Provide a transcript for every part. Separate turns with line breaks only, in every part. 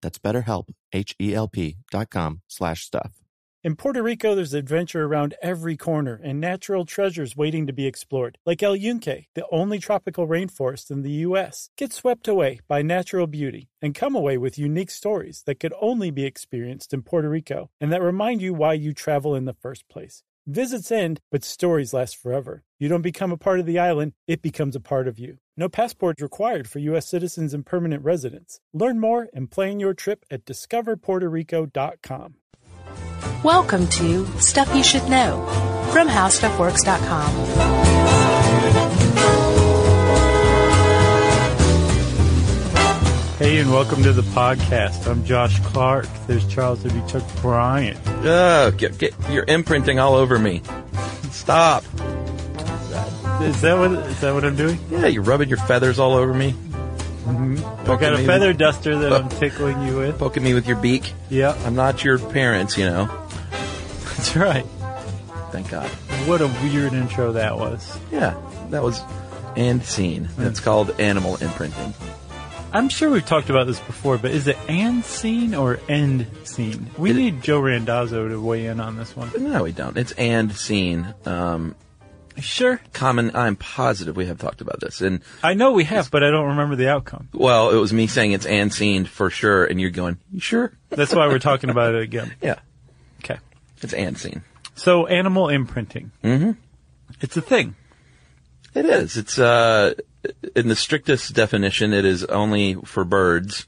That's betterhelp, H-E-L-P dot com slash stuff.
In Puerto Rico, there's adventure around every corner and natural treasures waiting to be explored, like El Yunque, the only tropical rainforest in the U.S. Get swept away by natural beauty and come away with unique stories that could only be experienced in Puerto Rico and that remind you why you travel in the first place. Visits end, but stories last forever. You don't become a part of the island, it becomes a part of you. No passport required for U.S. citizens and permanent residents. Learn more and plan your trip at discoverpuertorico.com.
Welcome to Stuff You Should Know from HowStuffWorks.com.
Hey, and welcome to the podcast. I'm Josh Clark. There's Charles W. Chuck Bryant.
Ugh, get, get, you're imprinting all over me. Stop.
Is that what is that what I'm doing?
Yeah, you're rubbing your feathers all over me,
I Mm-hmm. got a
me
feather
with-
duster that
Oh.
I'm tickling you with.
poking me with your beak.
Yeah,
I'm not your parents, you know.
that's right.
Thank God.
What a weird intro that was.
Yeah, that was and scene.
Hmm.
It's called animal imprinting.
I'm sure we've talked about this before, but is it and scene or end scene? We
It-
need Joe Randazzo to weigh in on this one.
No, we don't. It's and scene. Um,
Sure.
common. I'm positive we have talked about this. And
I know we have, but I don't remember the outcome.
well, it was me saying it's and scene for sure, and you're going, you sure?
That's why we're talking about it again.
Yeah,
Okay.
it's and scene.
So animal imprinting. Mm-hmm. It's a thing.
It is. It's uh, in the strictest definition, it is only for birds.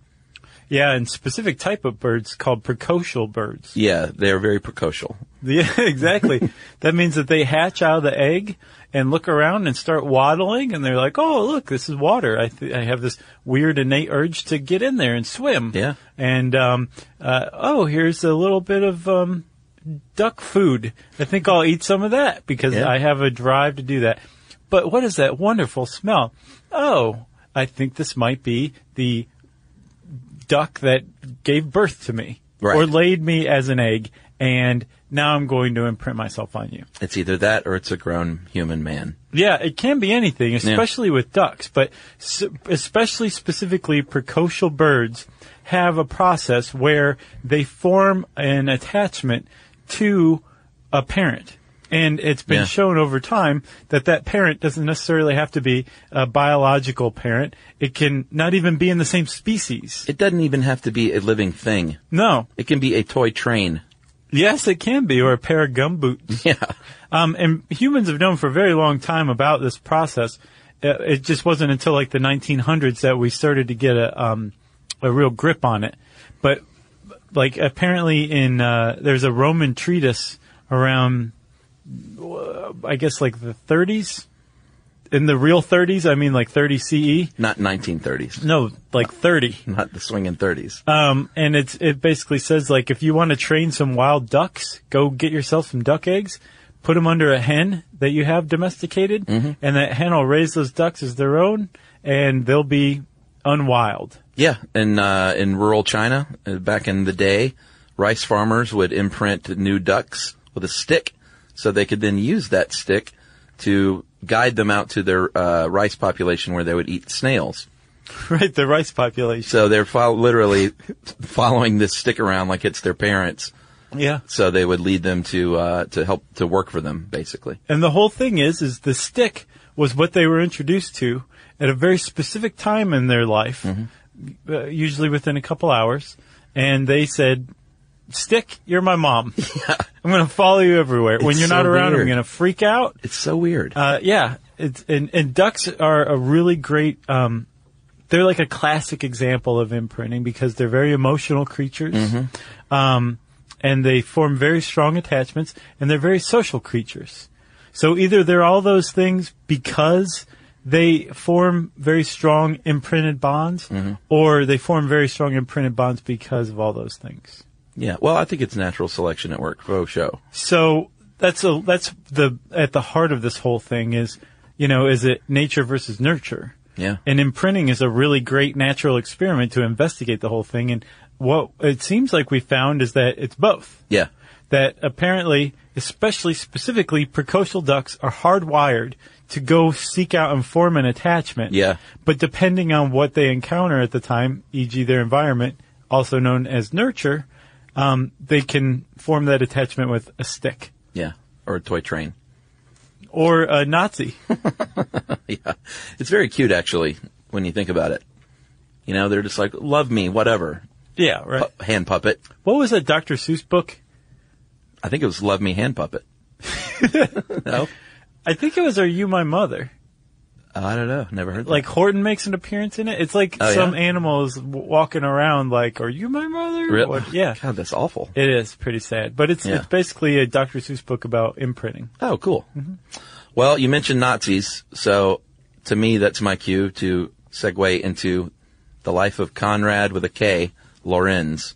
Yeah, and specific type of birds called precocial birds.
Yeah, they are very precocial.
Yeah, exactly. that means that they hatch out of the egg and look around and start waddling, and they're like, "Oh, look, this is water. I, th- I have this weird innate urge to get in there and swim."
Yeah.
And um, uh, oh, here's a little bit of um, duck food. I think I'll eat some of that because
Yeah.
I have a drive to do that. But what is that wonderful smell? Oh, I think this might be the duck that gave birth to me
Right.
or laid me as an egg, and now I'm going to imprint myself on you.
It's either that or it's a grown human man.
Yeah, it can be anything, especially with ducks, but s- especially specifically precocial birds have a process where they form an attachment to a parent. And it's been
Yeah.
shown over time that that parent doesn't necessarily have to be a biological parent. It can not even be in the same species.
It doesn't even have to be a living thing.
No.
It can be a toy train.
Yes, it can be, or a pair of gumboots.
Yeah.
Um, and humans have known for a very long time about this process. Uh, It just wasn't until like the 1900s that we started to get a um, a real grip on it. But like apparently in uh, there's a Roman treatise around uh, I guess like the 30s. In the real 30s, I mean like 30 CE.
Not 1930s.
No, like 30.
Not the swinging 30s.
Um, and it's it basically says like if you want to train some wild ducks, go get yourself some duck eggs, put them under a hen that you have domesticated, and that hen will raise those ducks as their own, and they'll be unwild.
yeah. In, uh, in rural China, uh, back in the day, rice farmers would imprint new ducks with a stick so they could then use that stick to guide them out to their uh, rice population where they would eat snails.
Right, the rice population.
So they're fol- literally following this stick around like it's their parents.
Yeah,
So they would lead them to uh, to help to work for them, basically.
and the whole thing is is the stick was what they were introduced to at a very specific time in their life,
Mm-hmm.
uh, usually within a couple hours, and they said, "Stick, you're my mom. I'm going to follow you everywhere. when
It's
you're not
so
around, I'm
weird.
going to freak out."
It's so weird.
Uh, yeah, it's, and and ducks are a really great. Um, they're like a classic example of imprinting because they're very emotional creatures, um, and they form very strong attachments, and they're very social creatures. So either they're all those things because they form very strong imprinted bonds, or they form very strong imprinted bonds because of all those things.
Yeah. Well, I think it's natural selection at work for show.
So that's a that's the at the heart of this whole thing is, you know, is it nature versus nurture?
Yeah.
And imprinting is a really great natural experiment to investigate the whole thing. And what it seems like we found is that it's both.
Yeah.
That apparently, especially specifically, precocial ducks are hardwired to go seek out and form an attachment.
Yeah.
But depending on what they encounter at the time, e.g., their environment, also known as nurture, um, they can form that attachment with a stick
Yeah. Or a toy train.
or a Nazi.
yeah. It's very cute actually when you think about it. You know, they're just like, love me, whatever.
yeah, right.
Pu- hand puppet.
What was that Dr. Seuss book?
I think it was love me hand puppet. no?
I think it was Are You My Mother?
I don't know. Never heard that.
Like Horton makes an appearance in it. It's like
Oh, yeah?
some animal is w- walking around like, Are you my mother?
Re-
Or- yeah.
God, that's awful.
It is pretty sad, but it's,
Yeah.
it's basically a Dr. Seuss book about imprinting.
Oh, cool. Well, you mentioned Nazis, so to me, that's my cue to segue into the life of Conrad with a K, Lorenz,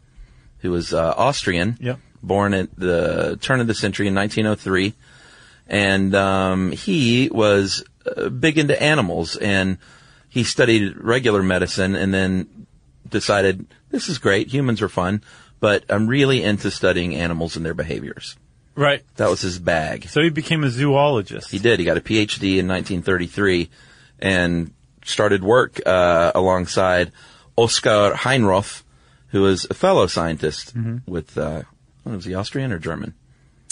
who was uh, Austrian,
Yep.
born at the turn of the century in 1903, and um, he was uh, big into animals, and he studied regular medicine, and then decided this is great, humans are fun, but I'm really into studying animals and their behaviors.
Right.
That was his bag.
So he became a zoologist.
He did. He got a PhD in 1933 and started work uh, alongside Oskar Heinroth, who was a fellow scientist with, uh, what was he, Austrian or German?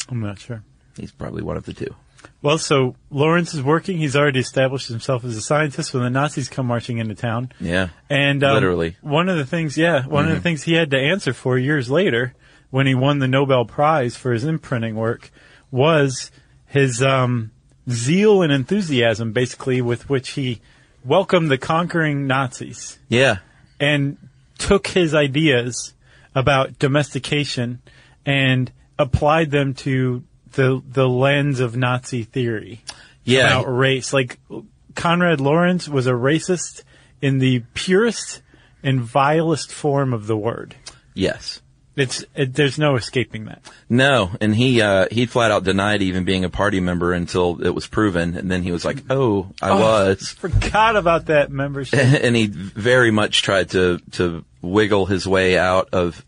I'm not sure.
He's probably one of the two.
Well, so Lawrence is working. He's already established himself as a scientist when the Nazis come marching into town.
Yeah.
And um,
Literally. Mm-hmm.
one of the things, yeah, one of the things he had to answer for years later, when he won the Nobel Prize for his imprinting work, was his um, zeal and enthusiasm, basically, with which he welcomed the conquering Nazis
Yeah.
and took his ideas about domestication and applied them to the the lens of Nazi theory
Yeah.
about race. Like Conrad Lorenz was a racist in the purest and vilest form of the word.
Yes.
It's it, there's no escaping that.
No, and he uh, he flat out denied even being a party member until it was proven, and then he was like, "Oh, I was."
Forgot about that membership.
and he very much tried to to wiggle his way out of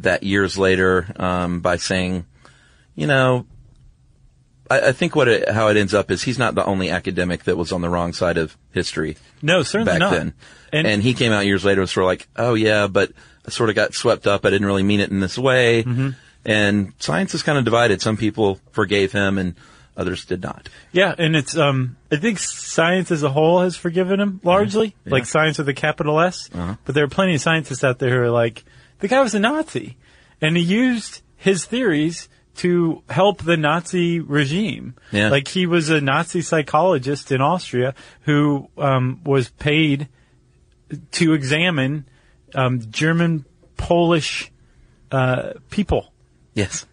that years later um, by saying, you know, I, I think what it, how it ends up is he's not the only academic that was on the wrong side of history
No, certainly
back
not.
then. And,
And,
he came out years later and was sort of like, oh yeah, but I sort of got swept up. I didn't really mean it in this way.
Mm-hmm.
And science is kind of divided. Some people forgave him and others did not.
yeah, and it's um I think science as a whole has forgiven him largely, like science with a capital S. But there are plenty of scientists out there who are like, the guy was a Nazi, and he used his theories to help the Nazi regime.
Yeah.
Like he was a Nazi psychologist in Austria who um, was paid to examine um, German Polish uh, people
Yes.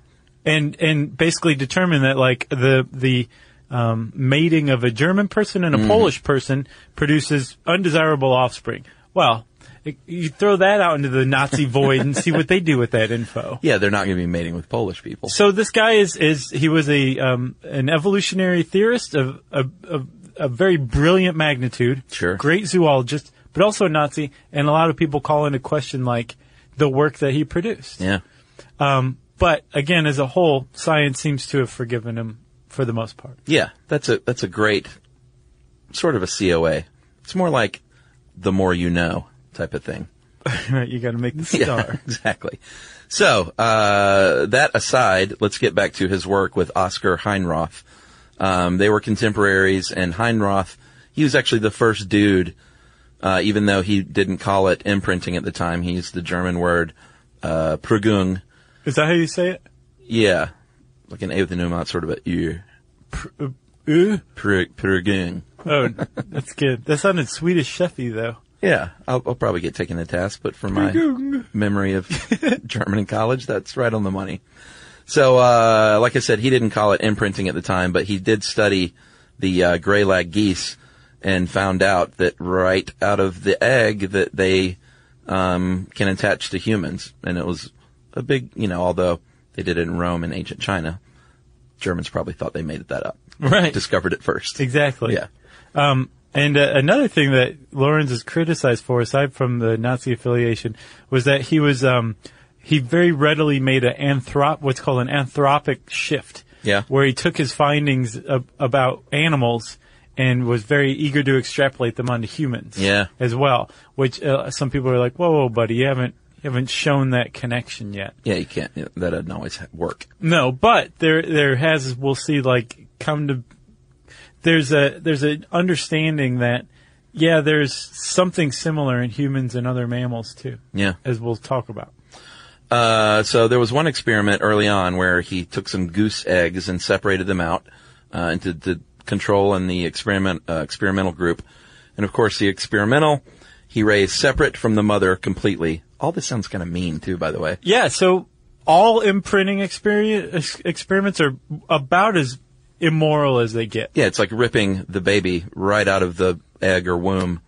and and basically determine that like the the um, mating of a German person and a
Mm.
Polish person produces undesirable offspring. Well, it, you throw that out into the Nazi void and see what they do with that info.
Yeah, they're not going to be mating with Polish people.
So this guy is is he was a um, an evolutionary theorist of a, a a very brilliant magnitude.
Sure.
great zoologist, but also a Nazi, and a lot of people call into question like the work that he produced.
Yeah.
Um, But again, as a whole, science seems to have forgiven him for the most part.
Yeah, that's a that's a great sort of a COA. It's more like the more you know type of thing.
right, you got to make the star.
exactly. So uh, that aside, let's get back to his work with Oscar Heinroth. Um, they were contemporaries, and Heinroth he was actually the first dude, uh, even though he didn't call it imprinting at the time. He used the German word uh, Prägung.
Is that how you say it?
Yeah, like an A with a nuance, sort of a ear.
Ooh.
Prägung.
Oh, that's good. That sounded Swedish chefy though.
Yeah, I'll, I'll probably get taken to task, but from my memory of German in college, that's right on the money. So, uh, like I said, he didn't call it imprinting at the time, but he did study the uh, gray lag geese and found out that right out of the egg that they um, can attach to humans, and it was a big, you know, although they did it in Rome and ancient China, Germans probably thought they made that up.
Right.
Discovered it first.
Exactly.
Yeah.
Um, and uh, another thing that Lawrence is criticized for, aside from the Nazi affiliation, was that he was um, he very readily made an anthrop what's called an anthropic shift.
Yeah.
Where he took his findings ab- about animals and was very eager to extrapolate them onto humans.
Yeah.
As well, which uh, some people are like, "Whoa, whoa, buddy, you haven't." you Haven't shown that connection yet.
Yeah, you can't. yeah, That doesn't always ha- work.
No, but there there has we'll see like come to there's a there's an understanding that yeah there's something similar in humans and other mammals too
Yeah.
as we'll talk about
Uh, so there was one experiment early on where he took some goose eggs and separated them out uh, into the control and the experiment uh, experimental group, and of course the experimental he raised separate from the mother completely. All this sounds kind of mean too, by the way.
yeah so all imprinting experience, ex- experiments are about as immoral as they get
Yeah, it's like ripping the baby right out of the egg or womb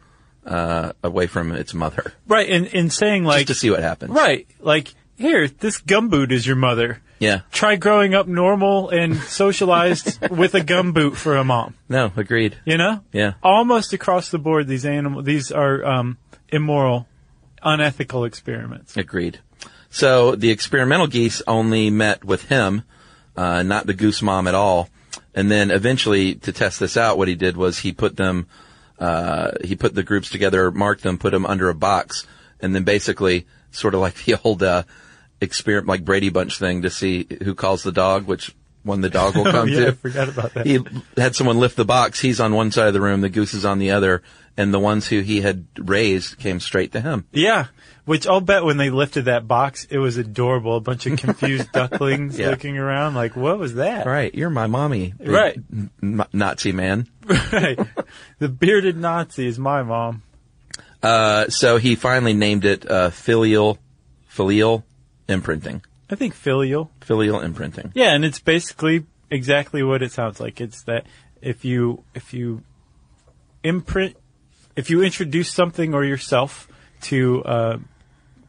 uh, away from its mother
right and and saying
just
like
to see what happens.
right like here this gumboot is your mother
Yeah.
try growing up normal and socialized with a gumboot for a mom
No, agreed.
You know?
Yeah.
Almost across the board, these animal, these are um, immoral, unethical experiments.
Agreed. So the experimental geese only met with him, uh, not the goose mom at all. And then eventually, to test this out, what he did was he put them, uh, he put the groups together, marked them, put them under a box, and then basically, sort of like the old uh, experiment, like Brady Bunch thing, to see who calls the dog, which one the dog will come
Oh, yeah,
to.
I forgot about that.
He had someone lift the box. He's on one side of the room, the goose is on the other, and the ones who he had raised came straight to him.
Yeah. Which I'll bet when they lifted that box, it was adorable. A bunch of confused ducklings
Yeah.
looking around like, what was that?
All right, you're my mommy. big
Right.
n- n- Nazi man.
Right. the bearded Nazi is my mom.
Uh, so he finally named it uh, filial, filial imprinting.
I think filial.
Filial imprinting.
Yeah, and it's basically exactly what it sounds like. It's that if you if you imprint if you introduce something or yourself to a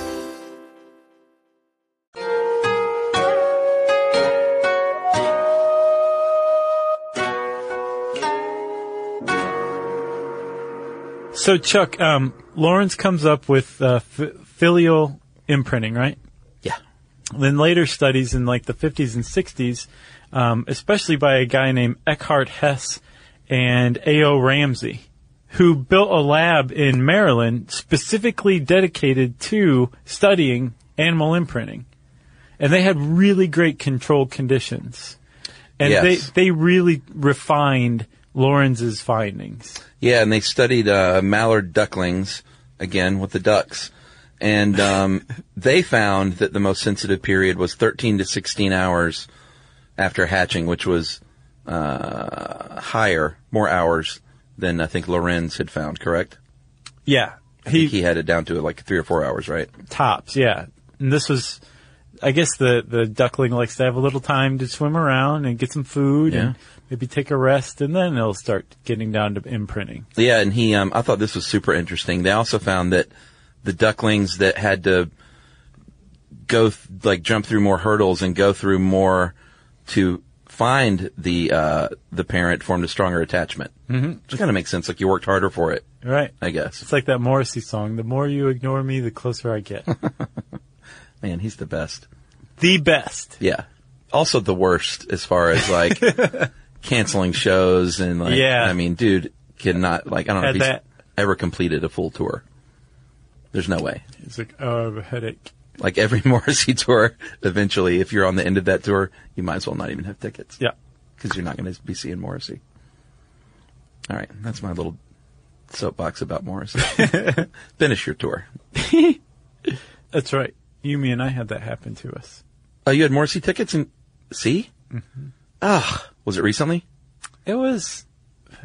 So Chuck, um, Lawrence comes up with uh, f- filial imprinting, right?
Yeah.
Then later studies in like the 50s and 60s, um, especially by a guy named Eckhart Hess and A.O. Ramsey, who built a lab in Maryland specifically dedicated to studying animal imprinting. And they had really great control conditions. And
Yes.
they, they really refined Lawrence's findings.
Yeah, and they studied uh, mallard ducklings again with the ducks, and um, they found that the most sensitive period was 13 to 16 hours after hatching, which was uh, higher, more hours than I think Lorenz had found. Correct?
Yeah.
I think he had it down to like three or four hours, right?
tops, yeah. And this was, I guess the, the duckling likes to have a little time to swim around and get some food and maybe take a rest and then it'll start getting down to imprinting.
Yeah, and he, um, I thought this was super interesting. They also found that the ducklings that had to go, th- like, jump through more hurdles and go through more to find the uh, the parent formed a stronger attachment. Mm-hmm. Which kind of makes sense. Like, you worked harder for it,
Right.
I guess.
It's like that Morrissey song, the more you ignore me, the closer I get.
Man, he's the best.
the best.
Yeah. Also, the worst as far as like canceling shows and like.
Yeah.
I mean, dude cannot like. I don't know
Had
if he's
that-
ever completed a full tour. The's no way.
It's like, oh, I have a headache.
like every Morrissey tour, eventually, if you're on the end of that tour, you might as well not even have tickets.
Yeah.
Because you're not going to be seeing Morrissey. All right. That's my little soapbox about Morrissey. Finish your tour.
That's right. You, me, and I had that happen to us.
Oh, you had Morrissey tickets and see? Ah, was it recently?
It was uh,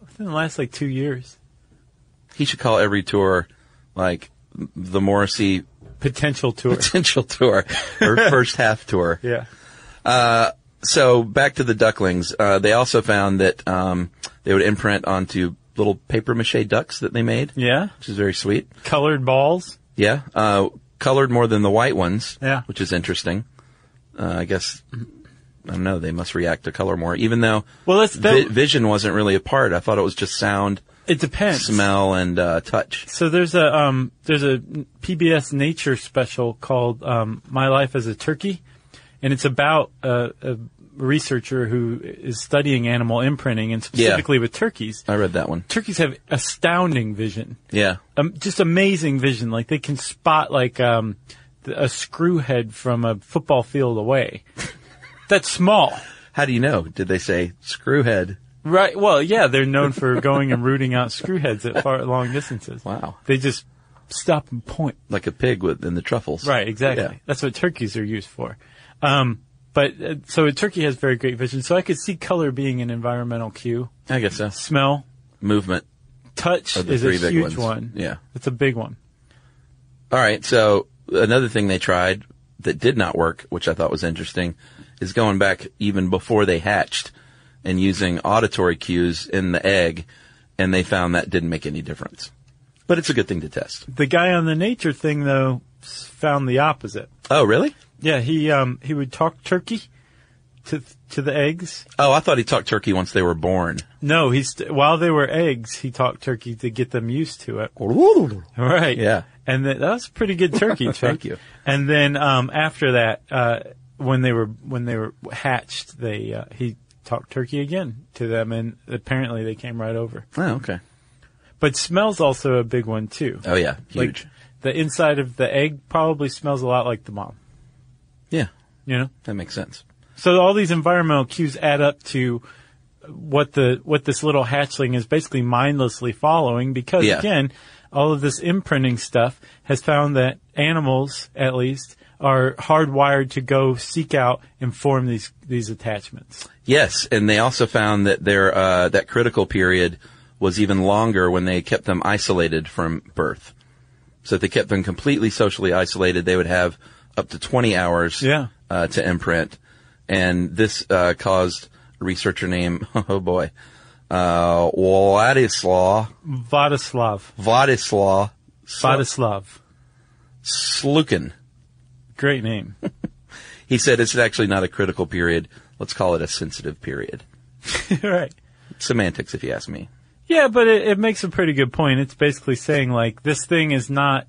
within the last like two years.
He should call every tour like the Morrissey
Potential tour.
potential tour or first half tour.
yeah.
so back to the ducklings. Uh, they also found that um, they would imprint onto little paper mache ducks that they made.
Yeah.
which is very sweet.
Colored balls.
Yeah, uh, colored more than the white ones.
Yeah.
which is interesting. Uh, I guess I don't know. They must react to color more, even though
Well, that's, that,
vi- vision wasn't really a part. I thought it was just sound,
it depends.
smell, and uh, touch.
So there's a um, there's a PBS nature special called um, My Life as a Turkey, and it's about a, a researcher who is studying animal imprinting and specifically with turkeys.
I read that one.
Turkeys have astounding vision,
Yeah,
um, just amazing vision. Like they can spot like um, th- a screw head from a football field away. That's small,
how do you know? Did they say screwhead?
right? Well, yeah, they're known for going and rooting out screw heads at far long distances.
Wow,
They just stop and point.
like a pig with in the truffles.
Right, exactly.
Yeah.
That's what turkeys are used for. Um, but uh, so a turkey has very great vision. So I could see color being an environmental cue.
I guess so.
Smell,
Movement
touch
are the
is a
three big
huge
ones.
one.
Yeah.
It's a big one.
All right. So another thing they tried that did not work, which I thought was interesting, is going back even before they hatched and using auditory cues in the egg. And they found that didn't make any difference. But it's a good thing to test.
The guy on the nature thing though s- found the opposite.
Oh, really?
Yeah, he um, he would talk turkey to to the eggs.
Oh, I thought he talked turkey once they were born.
No, he's while they were eggs, he talked turkey to get them used to it. Right.
Yeah.
and then, that was a pretty good turkey. Chuck.
Thank you.
And then um, after that, uh, when they were when they were hatched, they uh, he talked turkey again to them, and apparently they came right over.
Oh, okay.
But smells also a big one too.
Oh yeah,
Like,
huge.
the inside of the egg probably smells a lot like the mom.
yeah,
You know.
that makes sense.
So all these environmental cues add up to what the what this little hatchling is basically mindlessly following because
Yeah.
again, all of this imprinting stuff has found that animals, at least, are hardwired to go seek out and form these these attachments.
Yes, and they also found that their uh, that critical period was even longer when they kept them isolated from birth. So if they kept them completely socially isolated, they would have up to 20 hours
Yeah.
uh, to imprint, and this uh, caused a researcher named oh boy, uh, Wladislaw
Vladislav,
Vladislaw
Vladislav,
Slukin.
great name.
He said it's actually not a critical period. Let's call it a sensitive period.
right.
Semantics, if you ask me.
Yeah, but it, it makes a pretty good point. It's basically saying like this thing is not.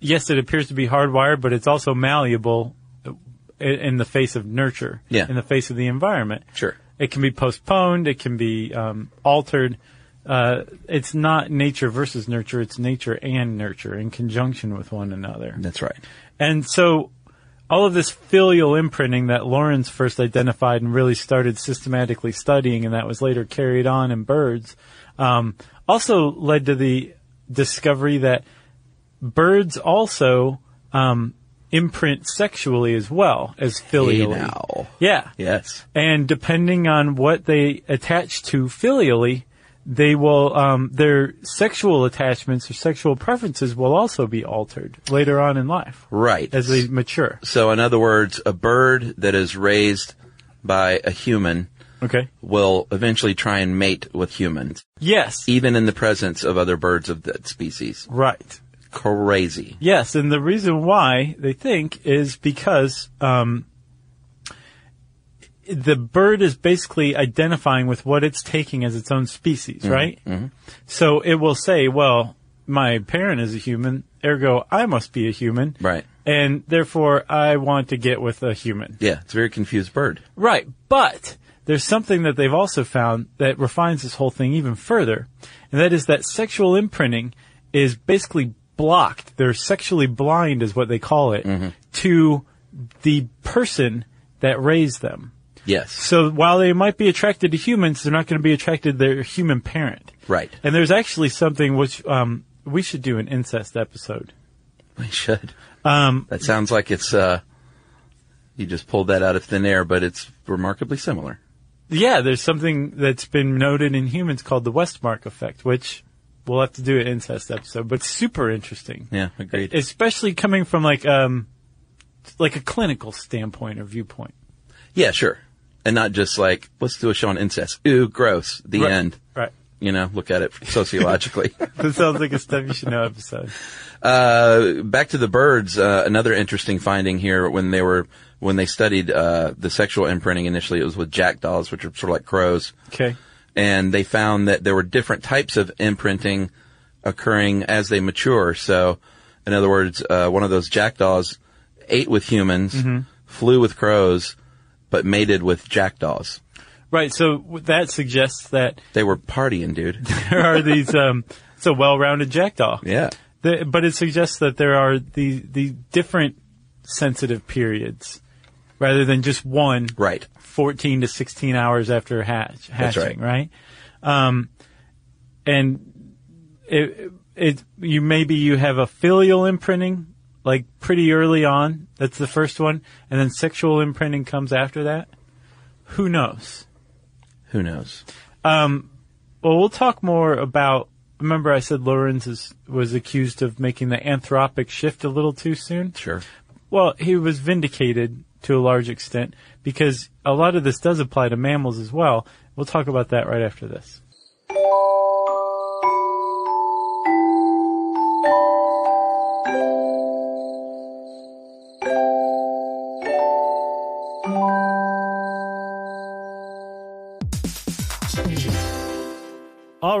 Yes, it appears to be hardwired, but it's also malleable uh, in, in the face of nurture.
Yeah.
In the face of the environment.
Sure.
It can be postponed. It can be um, altered. Uh, it's not nature versus nurture. It's nature and nurture in conjunction with one another.
That's right.
And so all of this filial imprinting that Lawrence first identified and really started systematically studying, and that was later carried on in birds, um, also led to the discovery that birds also um, imprint sexually as well as filially.
now.
Yeah.
Yes.
And depending on what they attach to filially, they will um, their sexual attachments or sexual preferences will also be altered later on in life
Right.
as they mature.
So, in other words, a bird that is raised by a human
Okay.
will eventually try and mate with humans,
Yes.
even in the presence of other birds of that species.
Right.
Crazy.
Yes, and the reason why they think is because um, the bird is basically identifying with what it's taking as its own species, right? So it will say, "Well, my parent is a human, ergo I must be a human."
Right.
And therefore, I want to get with a human.
Yeah, it's a very confused bird.
Right. But there's something that they've also found that refines this whole thing even further. And that is that sexual imprinting is basically blocked. They're sexually blind is what they call it to the person that raised them.
Yes.
So while they might be attracted to humans, they're not going to be attracted to their human parent.
Right.
And there's actually something which, um, we should do an incest episode.
We should. Um, that sounds like it's, uh, you just pulled that out of thin air, but it's remarkably similar.
Yeah, there's something that's been noted in humans called the Westmark effect, which we'll have to do an incest episode, but super interesting.
Yeah, agreed.
Especially coming from like um like a clinical standpoint or viewpoint.
yeah, sure. And not just like, let's do a show on incest. Ooh, gross. The
Right.
end.
Right.
You know, look at it sociologically.
That sounds like a stuff you should know episode.
Uh, back to the birds. Uh, another interesting finding here when they were when they studied uh, the sexual imprinting initially, it was with jackdaws, which are sort of like crows,
Okay.
and they found that there were different types of imprinting occurring as they mature. So, in other words, uh, one of those jackdaws ate with humans, flew with crows, but mated with jackdaws.
Right, so w- that suggests that
They were partying, dude.
there are these um it's a well-rounded jackdaw.
yeah.
The, but it suggests that there are the the different sensitive periods rather than just one
Right.
14 to 16 hours after hatch, hatching, right? Um, and it, it, you maybe you have a filial imprinting, like pretty early on. That's the first one. And then sexual imprinting comes after that. Who knows? Um,
Who knows?
Well, we'll talk more about, remember I said Lorenz is, was accused of making the anthropic shift a little too soon?
Sure.
Well, he was vindicated to a large extent because a lot of this does apply to mammals as well. We'll talk about that right after this. All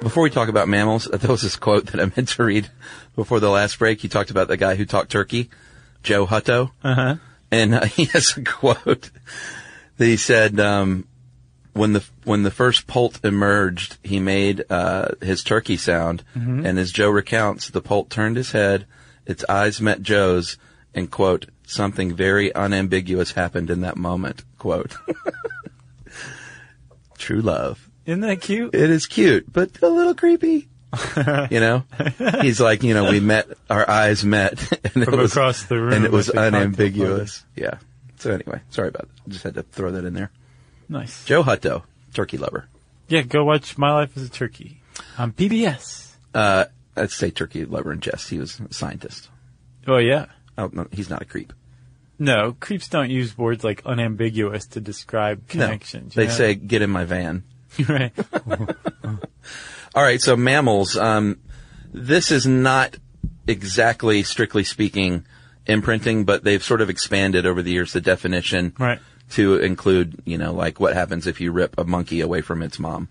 Before we talk about mammals, that was this quote that I meant to read before the last break. He talked about the guy who talked turkey, Joe Hutto.
Uh-huh.
And uh, he has a quote that he said, um, when the, when the first poult emerged, he made, uh, his turkey sound. And as Joe recounts, the poult turned his head, its eyes met Joe's, and quote, something very unambiguous happened in that moment, quote. True love
Isn't that cute?
it is cute, but a little creepy. you know, he's like, you know, we met, our eyes met, and
From across the room
and it was
at the cocktail
unambiguous. Yeah. So anyway, sorry about that. Just had to throw that in there.
Nice.
Joe Hutto, turkey lover.
Yeah, go watch My Life as a Turkey on PBS.
Uh, I'd say turkey lover in jest. He was a scientist.
Oh yeah.
Oh no, he's not a creep.
No, creeps don't use words like unambiguous to describe connections.
No,
you
they
know?
say get in my van.
right.
All right, so mammals. Um, this is not exactly, strictly speaking, imprinting, but they've sort of expanded over the years the definition
Right.
to include, you know, like what happens if you rip a monkey away from its mom.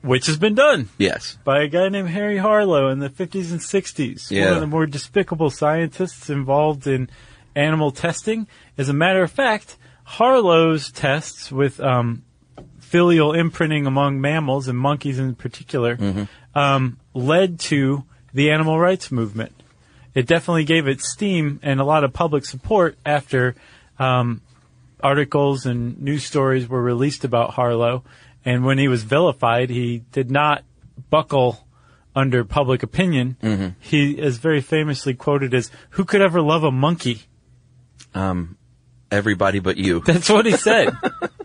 Which has been done
Yes,
by a guy named Harry Harlow in the 50s and 60s.
Yeah.
One of the more despicable scientists involved in animal testing. As a matter of fact, Harlow's tests with um, filial imprinting among mammals and monkeys in particular um, led to the animal rights movement. It definitely gave it steam and a lot of public support after um, articles and news stories were released about Harlow. And when he was vilified, he did not buckle under public opinion. He is very famously quoted as, Who could ever love a monkey?
everybody but you.
That's what he said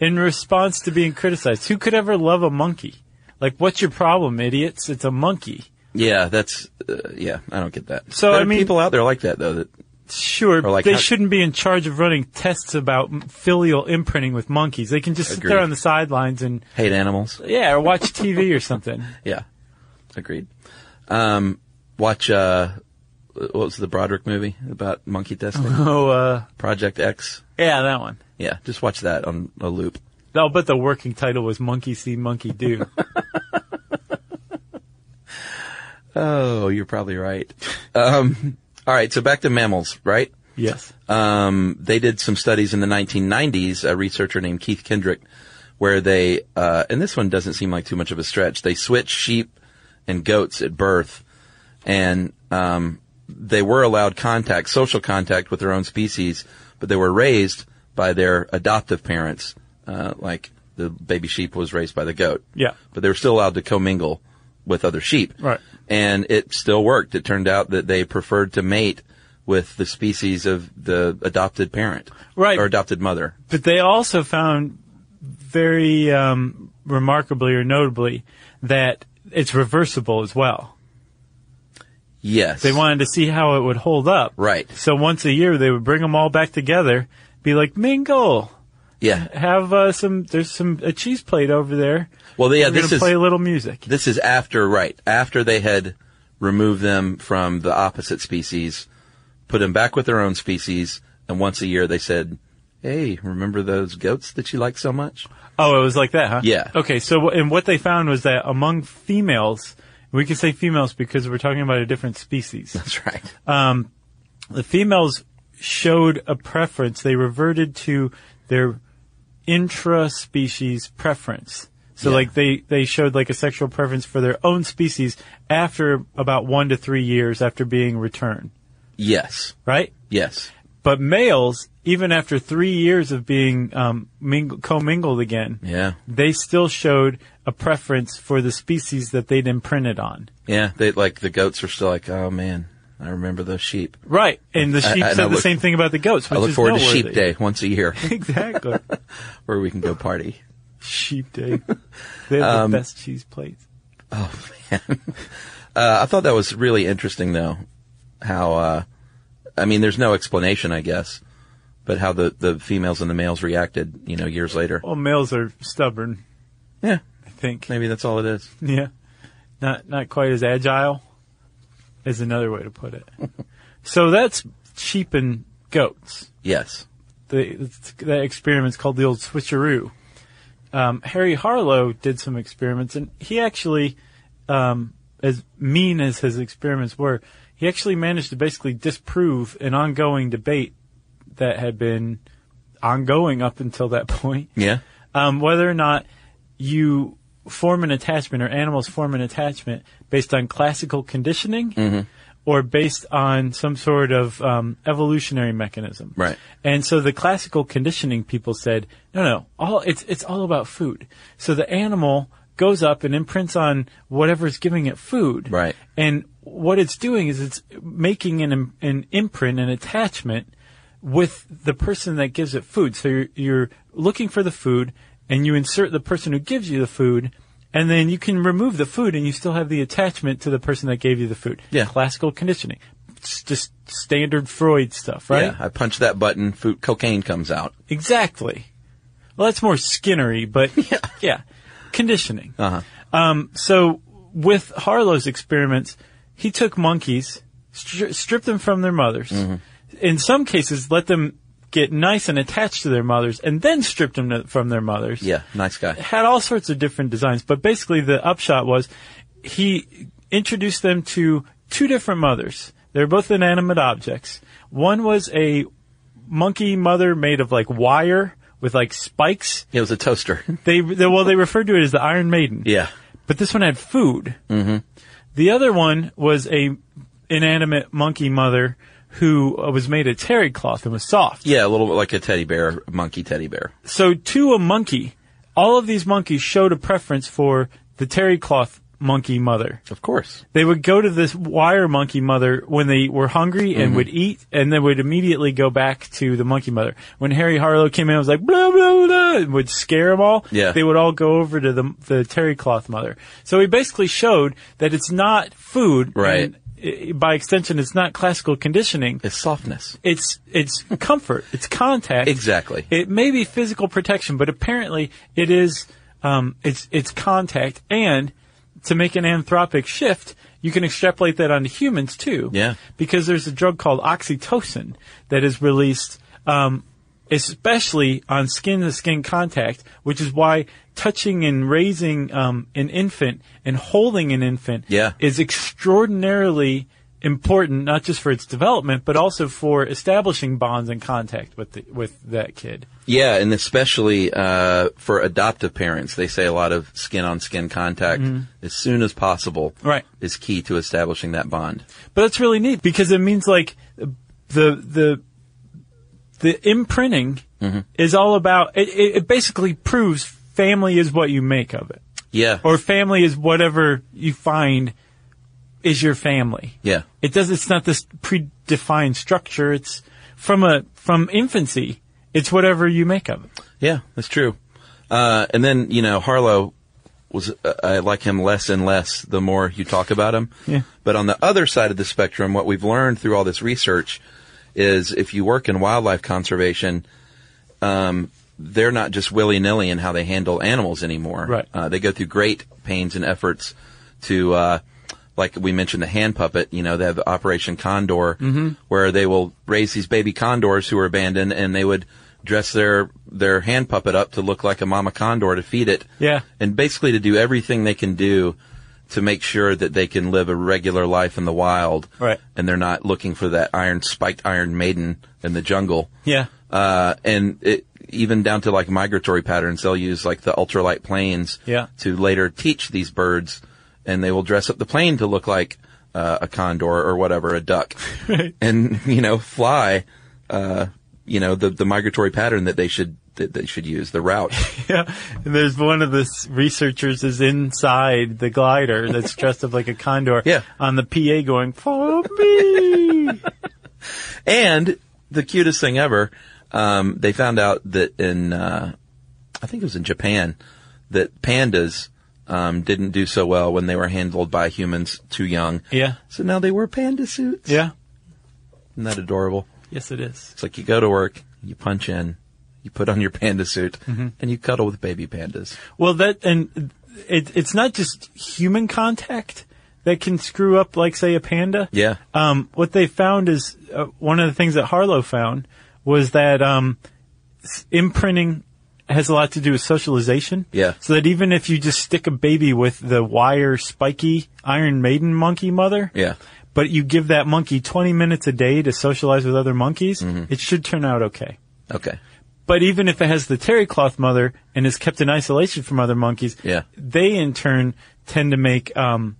in response to being criticized. Who could ever love a monkey? Like, what's your problem, idiots? It's a monkey.
Yeah, that's uh, yeah. I don't get that.
So,
there
I
are
mean-
people out there like that though. That
Sure,
Or like
they
how-
shouldn't be in charge of running tests about m- filial imprinting with monkeys. They can just sit there
Agreed.
on the sidelines and,
hate animals.
yeah, or watch TV or something.
Yeah, agreed. Um, watch uh, what was the Broderick movie about monkey testing?
Oh, uh,
Project X.
yeah, that one.
Yeah, just watch that on a loop.
I'll bet the working title was Monkey See, Monkey Do.
Oh, you're probably right. Um, all right, so back to mammals, right?
yes.
Um, they did some studies in the 1990s, a researcher named Keith Kendrick, where they, uh, and this one doesn't seem like too much of a stretch, they switched sheep and goats at birth, and um, they were allowed contact, social contact with their own species, but they were raised by their adoptive parents, uh, like the baby sheep was raised by the goat.
Yeah.
But they were still allowed to commingle with other sheep.
Right.
And it still worked. It turned out that they preferred to mate with the species of the adopted parent.
Right.
Or adopted mother.
But they also found very um, remarkably or notably that it's reversible as well.
Yes.
They wanted to see how it would hold up.
Right.
So once a year, they would bring them all back together, be like, mingle,
Yeah.
have uh, some, there's some, a cheese plate over there.
Well, yeah,
We're
this
gonna
is
play a little music.
This is after, right, after they had removed them from the opposite species, put them back with their own species, and once a year they said, hey, remember those goats that you like so much?
Oh, it was like that, huh?
Yeah.
Okay, so and what they found was that among females, we can say females because we're talking about a different species.
That's right.
the females showed a preference; they reverted to their intra-species preference. So,
Yeah.
like they they showed like a sexual preference for their own species after about one to three years after being returned,
yes.
right?
Yes.
But males, even after three years of being um, mingle, commingled again,
Yeah.
they still showed a preference for the species that they'd imprinted on.
Yeah. They, like, the goats are still like, oh man, I remember those sheep.
Right. And the
I-
sheep
I- and
said
I
the
look-
same thing about the goats, which
I look
is
forward to
noteworthy.
sheep day once a year
exactly.
where we can go party.
sheep day. They have the best cheese plates.
Oh man, uh, I thought that was really interesting, though. How, uh, I mean, there's no explanation, I guess, but how the the females and the males reacted, you know, years later.
Well, males are stubborn,
Yeah,
I think.
maybe that's all it is.
Yeah. Not, not quite as agile is another way to put it. so that's sheep and goats.
Yes,
the, that experiment's called the old switcheroo. Um, Harry Harlow did some experiments, and he actually, um, as mean as his experiments were, he actually managed to basically disprove an ongoing debate that had been ongoing up until that point
yeah,
um, whether or not you form an attachment or animals form an attachment based on classical conditioning or based on some sort of um, evolutionary mechanism.
Right.
And so the classical conditioning people said, no, no, all it's it's all about food. So the animal goes up and imprints on whatever's giving it food.
Right.
And what it's doing is it's making an im- an imprint, an attachment with the person that gives it food. So you're, you're looking for the food and you insert the person who gives you the food and then you can remove the food and you still have the attachment to the person that gave you the food.
Yeah.
Classical conditioning. It's just standard Freud stuff, right?
yeah. I punch that button, food, cocaine comes out.
Exactly. Well, that's more skinnery, but yeah. Conditioning.
Uh-huh.
Um, so with Harlow's experiments, he took monkeys, stri- stripped them from their mothers,
Mm-hmm.
in some cases let them get nice and attached to their mothers, and then stripped them to- from their mothers
Yeah, nice guy.
had all sorts of different designs, but basically the upshot was he introduced them to two different mothers. They were both inanimate objects. One was a monkey mother made of like wire with like spikes.
It was a toaster.
They, they well, they referred to it as the Iron Maiden.
yeah,
But this one had food. Mm-hmm. The other one was a inanimate monkey mother who uh, was made of terry cloth and was soft.
yeah, a little bit like a teddy bear, monkey teddy bear.
So to a monkey, all of these monkeys showed a preference for the terry cloth monkey mother.
Of course.
They would go to this wire monkey mother when they were hungry and
Mm-hmm.
would eat, and then would immediately go back to the monkey mother. When Harry Harlow came in, it was like blah blah blah, and would scare them all.
Yeah.
they would all go over to the the terry cloth mother. So he basically showed that it's not food,
Right.
and, uh, by extension, it's not classical conditioning.
It's softness.
It's it's comfort. It's contact.
Exactly.
It may be physical protection, but apparently it is um, it's it's contact. And to make an anthropic shift, you can extrapolate that onto humans too.
Yeah.
because there's a drug called oxytocin that is released. Um, Especially on skin to skin contact, which is why touching and raising um, an infant and holding an infant
Yeah.
is extraordinarily important, not just for its development, but also for establishing bonds and contact with the, with that kid.
Yeah, and especially uh, for adoptive parents, they say a lot of skin-on-skin contact as soon as possible
Mm-hmm. Right.
is key to establishing that bond.
But that's really neat because it means like the the the imprinting is all about. It, it, it basically proves family is what you make of it,
Yeah.
or family is whatever you find is your family.
yeah.
It does. It's not this predefined structure. It's from a from infancy. It's whatever you make of it.
Yeah, that's true. Uh, and then you know Harlow was uh, I like him less and less the more you talk about him.
Yeah.
But on the other side of the spectrum, what we've learned through all this research is if you work in wildlife conservation, um, they're not just willy nilly in how they handle animals anymore.
Right.
Uh, they go through great pains and efforts to, uh, like we mentioned, the hand puppet. You know, they have Operation Condor,
Mm-hmm.
where they will raise these baby condors who are abandoned, and they would dress their their hand puppet up to look like a mama condor to feed it.
Yeah.
and basically to do everything they can do to make sure that they can live a regular life in the wild.
Right.
and they're not looking for that iron spiked iron maiden in the jungle.
Yeah.
Uh, and it, even down to like migratory patterns, they'll use like the ultralight planes
Yeah.
to later teach these birds, and they will dress up the plane to look like uh, a condor or whatever, a duck, and you know fly, uh, you know the the migratory pattern that they should that they should use the route.
Yeah, and there's one of the s- researchers is inside the glider that's dressed up like a condor.
Yeah.
on the PA going, "Follow me."
And the cutest thing ever, um, they found out that in, uh, I think it was in Japan, that pandas um, didn't do so well when they were handled by humans too young.
Yeah.
So now they wear panda suits.
yeah,
Isn't that adorable?
yes, it is.
It's like you go to work, you punch in, you put on your panda suit,
Mm-hmm.
and you cuddle with baby pandas.
Well, that and it, it's not just human contact that can screw up, like say a panda.
Yeah.
Um, what they found is uh, one of the things that Harlow found was that um, s- imprinting has a lot to do with socialization.
Yeah.
So that even if you just stick a baby with the wire spiky Iron Maiden monkey mother,
Yeah.
but you give that monkey 20 minutes a day to socialize with other monkeys,
Mm-hmm.
it should turn out okay.
Okay.
But even if it has the terry cloth mother and is kept in isolation from other monkeys,
Yeah.
they in turn tend to make um,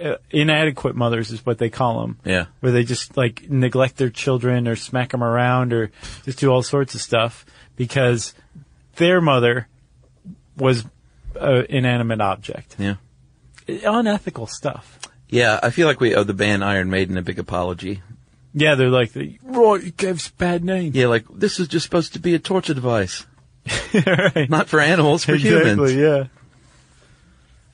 uh, inadequate mothers, is what they call them.
Yeah.
Where they just like neglect their children or smack them around or just do all sorts of stuff because their mother was an inanimate object.
Yeah.
Unethical stuff.
Yeah. I feel like we owe the band Iron Maiden a big apology.
Yeah, they're like, the, Roy, you gave us a bad name.
Yeah. Like this is just supposed to be a torture device,
right.
not for animals, for humans.
Exactly, yeah.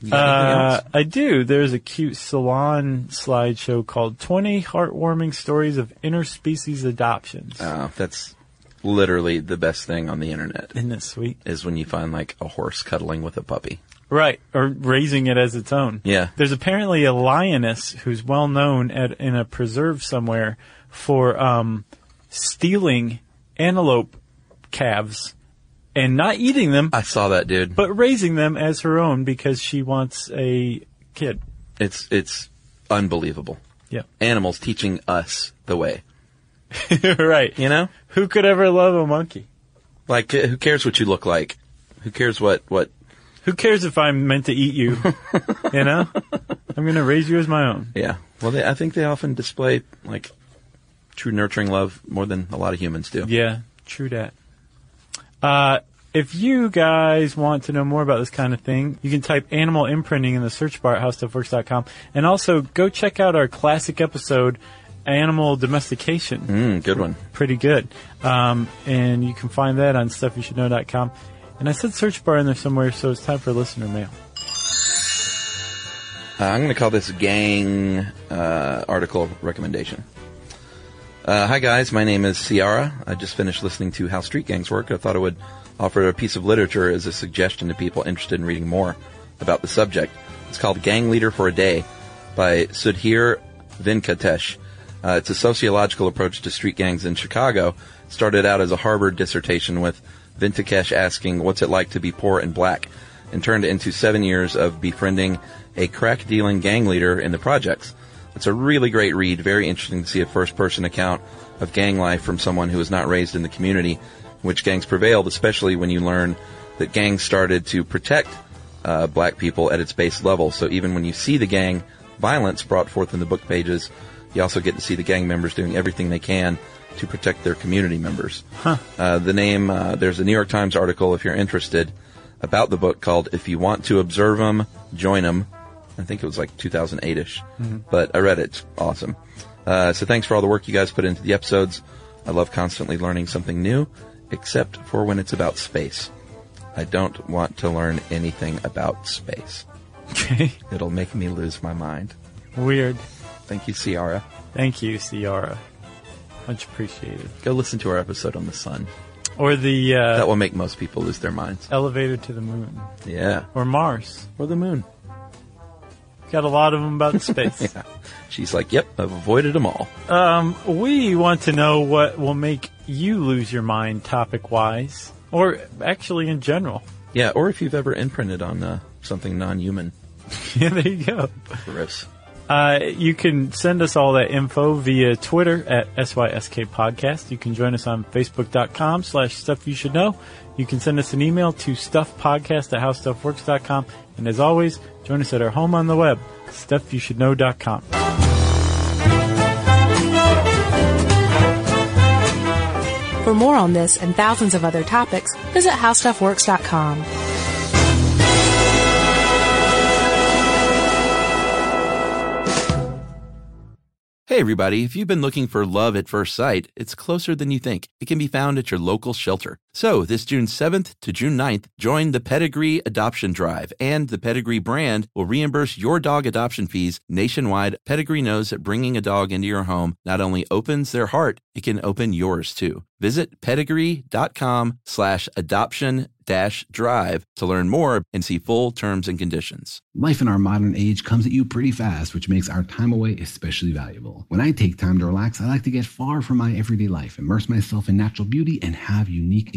You got anything else?
Uh, I do. There's a cute salon slideshow called 20 Heartwarming Stories of Interspecies Adoptions.
Uh, that's literally the best thing on the internet
Isn't that sweet?
is when you find like a horse cuddling with a puppy.
Right. Or raising it as its own.
Yeah.
There's apparently a lioness who's well known at, in a preserve somewhere for, um, stealing antelope calves and not eating them,
I saw that dude.
but raising them as her own because she wants a kid.
It's it's unbelievable.
Yeah.
Animals teaching us the way.
right.
You know,
Who could ever love a monkey?
like uh, who cares what you look like? Who cares what what?
Who cares if I'm meant to eat you? you know? I'm going to raise you as my own.
Yeah. Well, they, I think they often display like true nurturing love more than a lot of humans do.
Yeah, true dat. Uh, if you guys want to know more about this kind of thing, you can type animal imprinting in the search bar at howstuffworks.com. And also, go check out our classic episode, Animal Domestication.
Mm, good one.
Pretty good. Um, and you can find that on stuffyoushouldknow.com. And I said search bar in there somewhere, so it's time for listener mail.
Uh, I'm going to call this gang uh, article recommendation. Uh, hi guys, my name is Ciara. I just finished listening to How Street Gangs Work. I thought I would offer a piece of literature as a suggestion to people interested in reading more about the subject. It's called Gang Leader for a Day by Sudhir Venkatesh. Uh, it's a sociological approach to street gangs in Chicago. It started out as a Harvard dissertation with Venkatesh asking, "What's it like to be poor and black?" and turned into seven years of befriending a crack dealing gang leader in the projects. It's a really great read. Very interesting to see a first person account of gang life from someone who was not raised in the community in which gangs prevailed, especially when you learn that gangs started to protect uh, black people at its base level. So even when you see the gang violence brought forth in the book pages, You also get to see the gang members doing everything they can to protect their community members. Uh, the name, uh, there's a New York Times article if you're interested about the book called If You Want to Observe Them, Join Them. I think it was like 2008 ish, but I read it. It's awesome. Uh, so thanks for all the work you guys put into the episodes. I love constantly learning something new, except for when it's about space. I don't want to learn anything about space.
Okay.
It'll make me lose my mind.
Weird.
Thank you, Ciara.
Thank you, Ciara. Much appreciated.
Go listen to our episode on the sun.
Or the uh,
That will make most people lose their minds.
elevator to the moon.
Yeah.
Or Mars.
Or the moon.
Got a lot of them about space.
Yeah. She's like, yep, I've avoided them all.
Um, we want to know what will make you lose your mind topic wise, or actually in general.
Yeah, or if you've ever imprinted on uh, something non-human.
yeah, there you go.
Gross.
Uh, you can send us all that info via Twitter at SYSK Podcast. You can join us on Facebook.com slash Stuff You Should Know. You can send us an email to stuffpodcast at howstuffworks.com. And as always, join us at our home on the web, stuffyoushouldknow.com.
For more on this and thousands of other topics, visit howstuffworks.com.
Hey everybody, if you've been looking for love at first sight, it's closer than you think. It can be found at your local shelter. So, this June 7th to June 9th, join the Pedigree Adoption Drive, and the Pedigree brand will reimburse your dog adoption fees nationwide. Pedigree knows that bringing a dog into your home not only opens their heart, it can open yours too. Visit pedigree.com slash adoption dash drive to learn more and see full terms and conditions.
Life in our modern age comes at you pretty fast, which makes our time away especially valuable. When I take time to relax, I like to get far from my everyday life, immerse myself in natural beauty, and have unique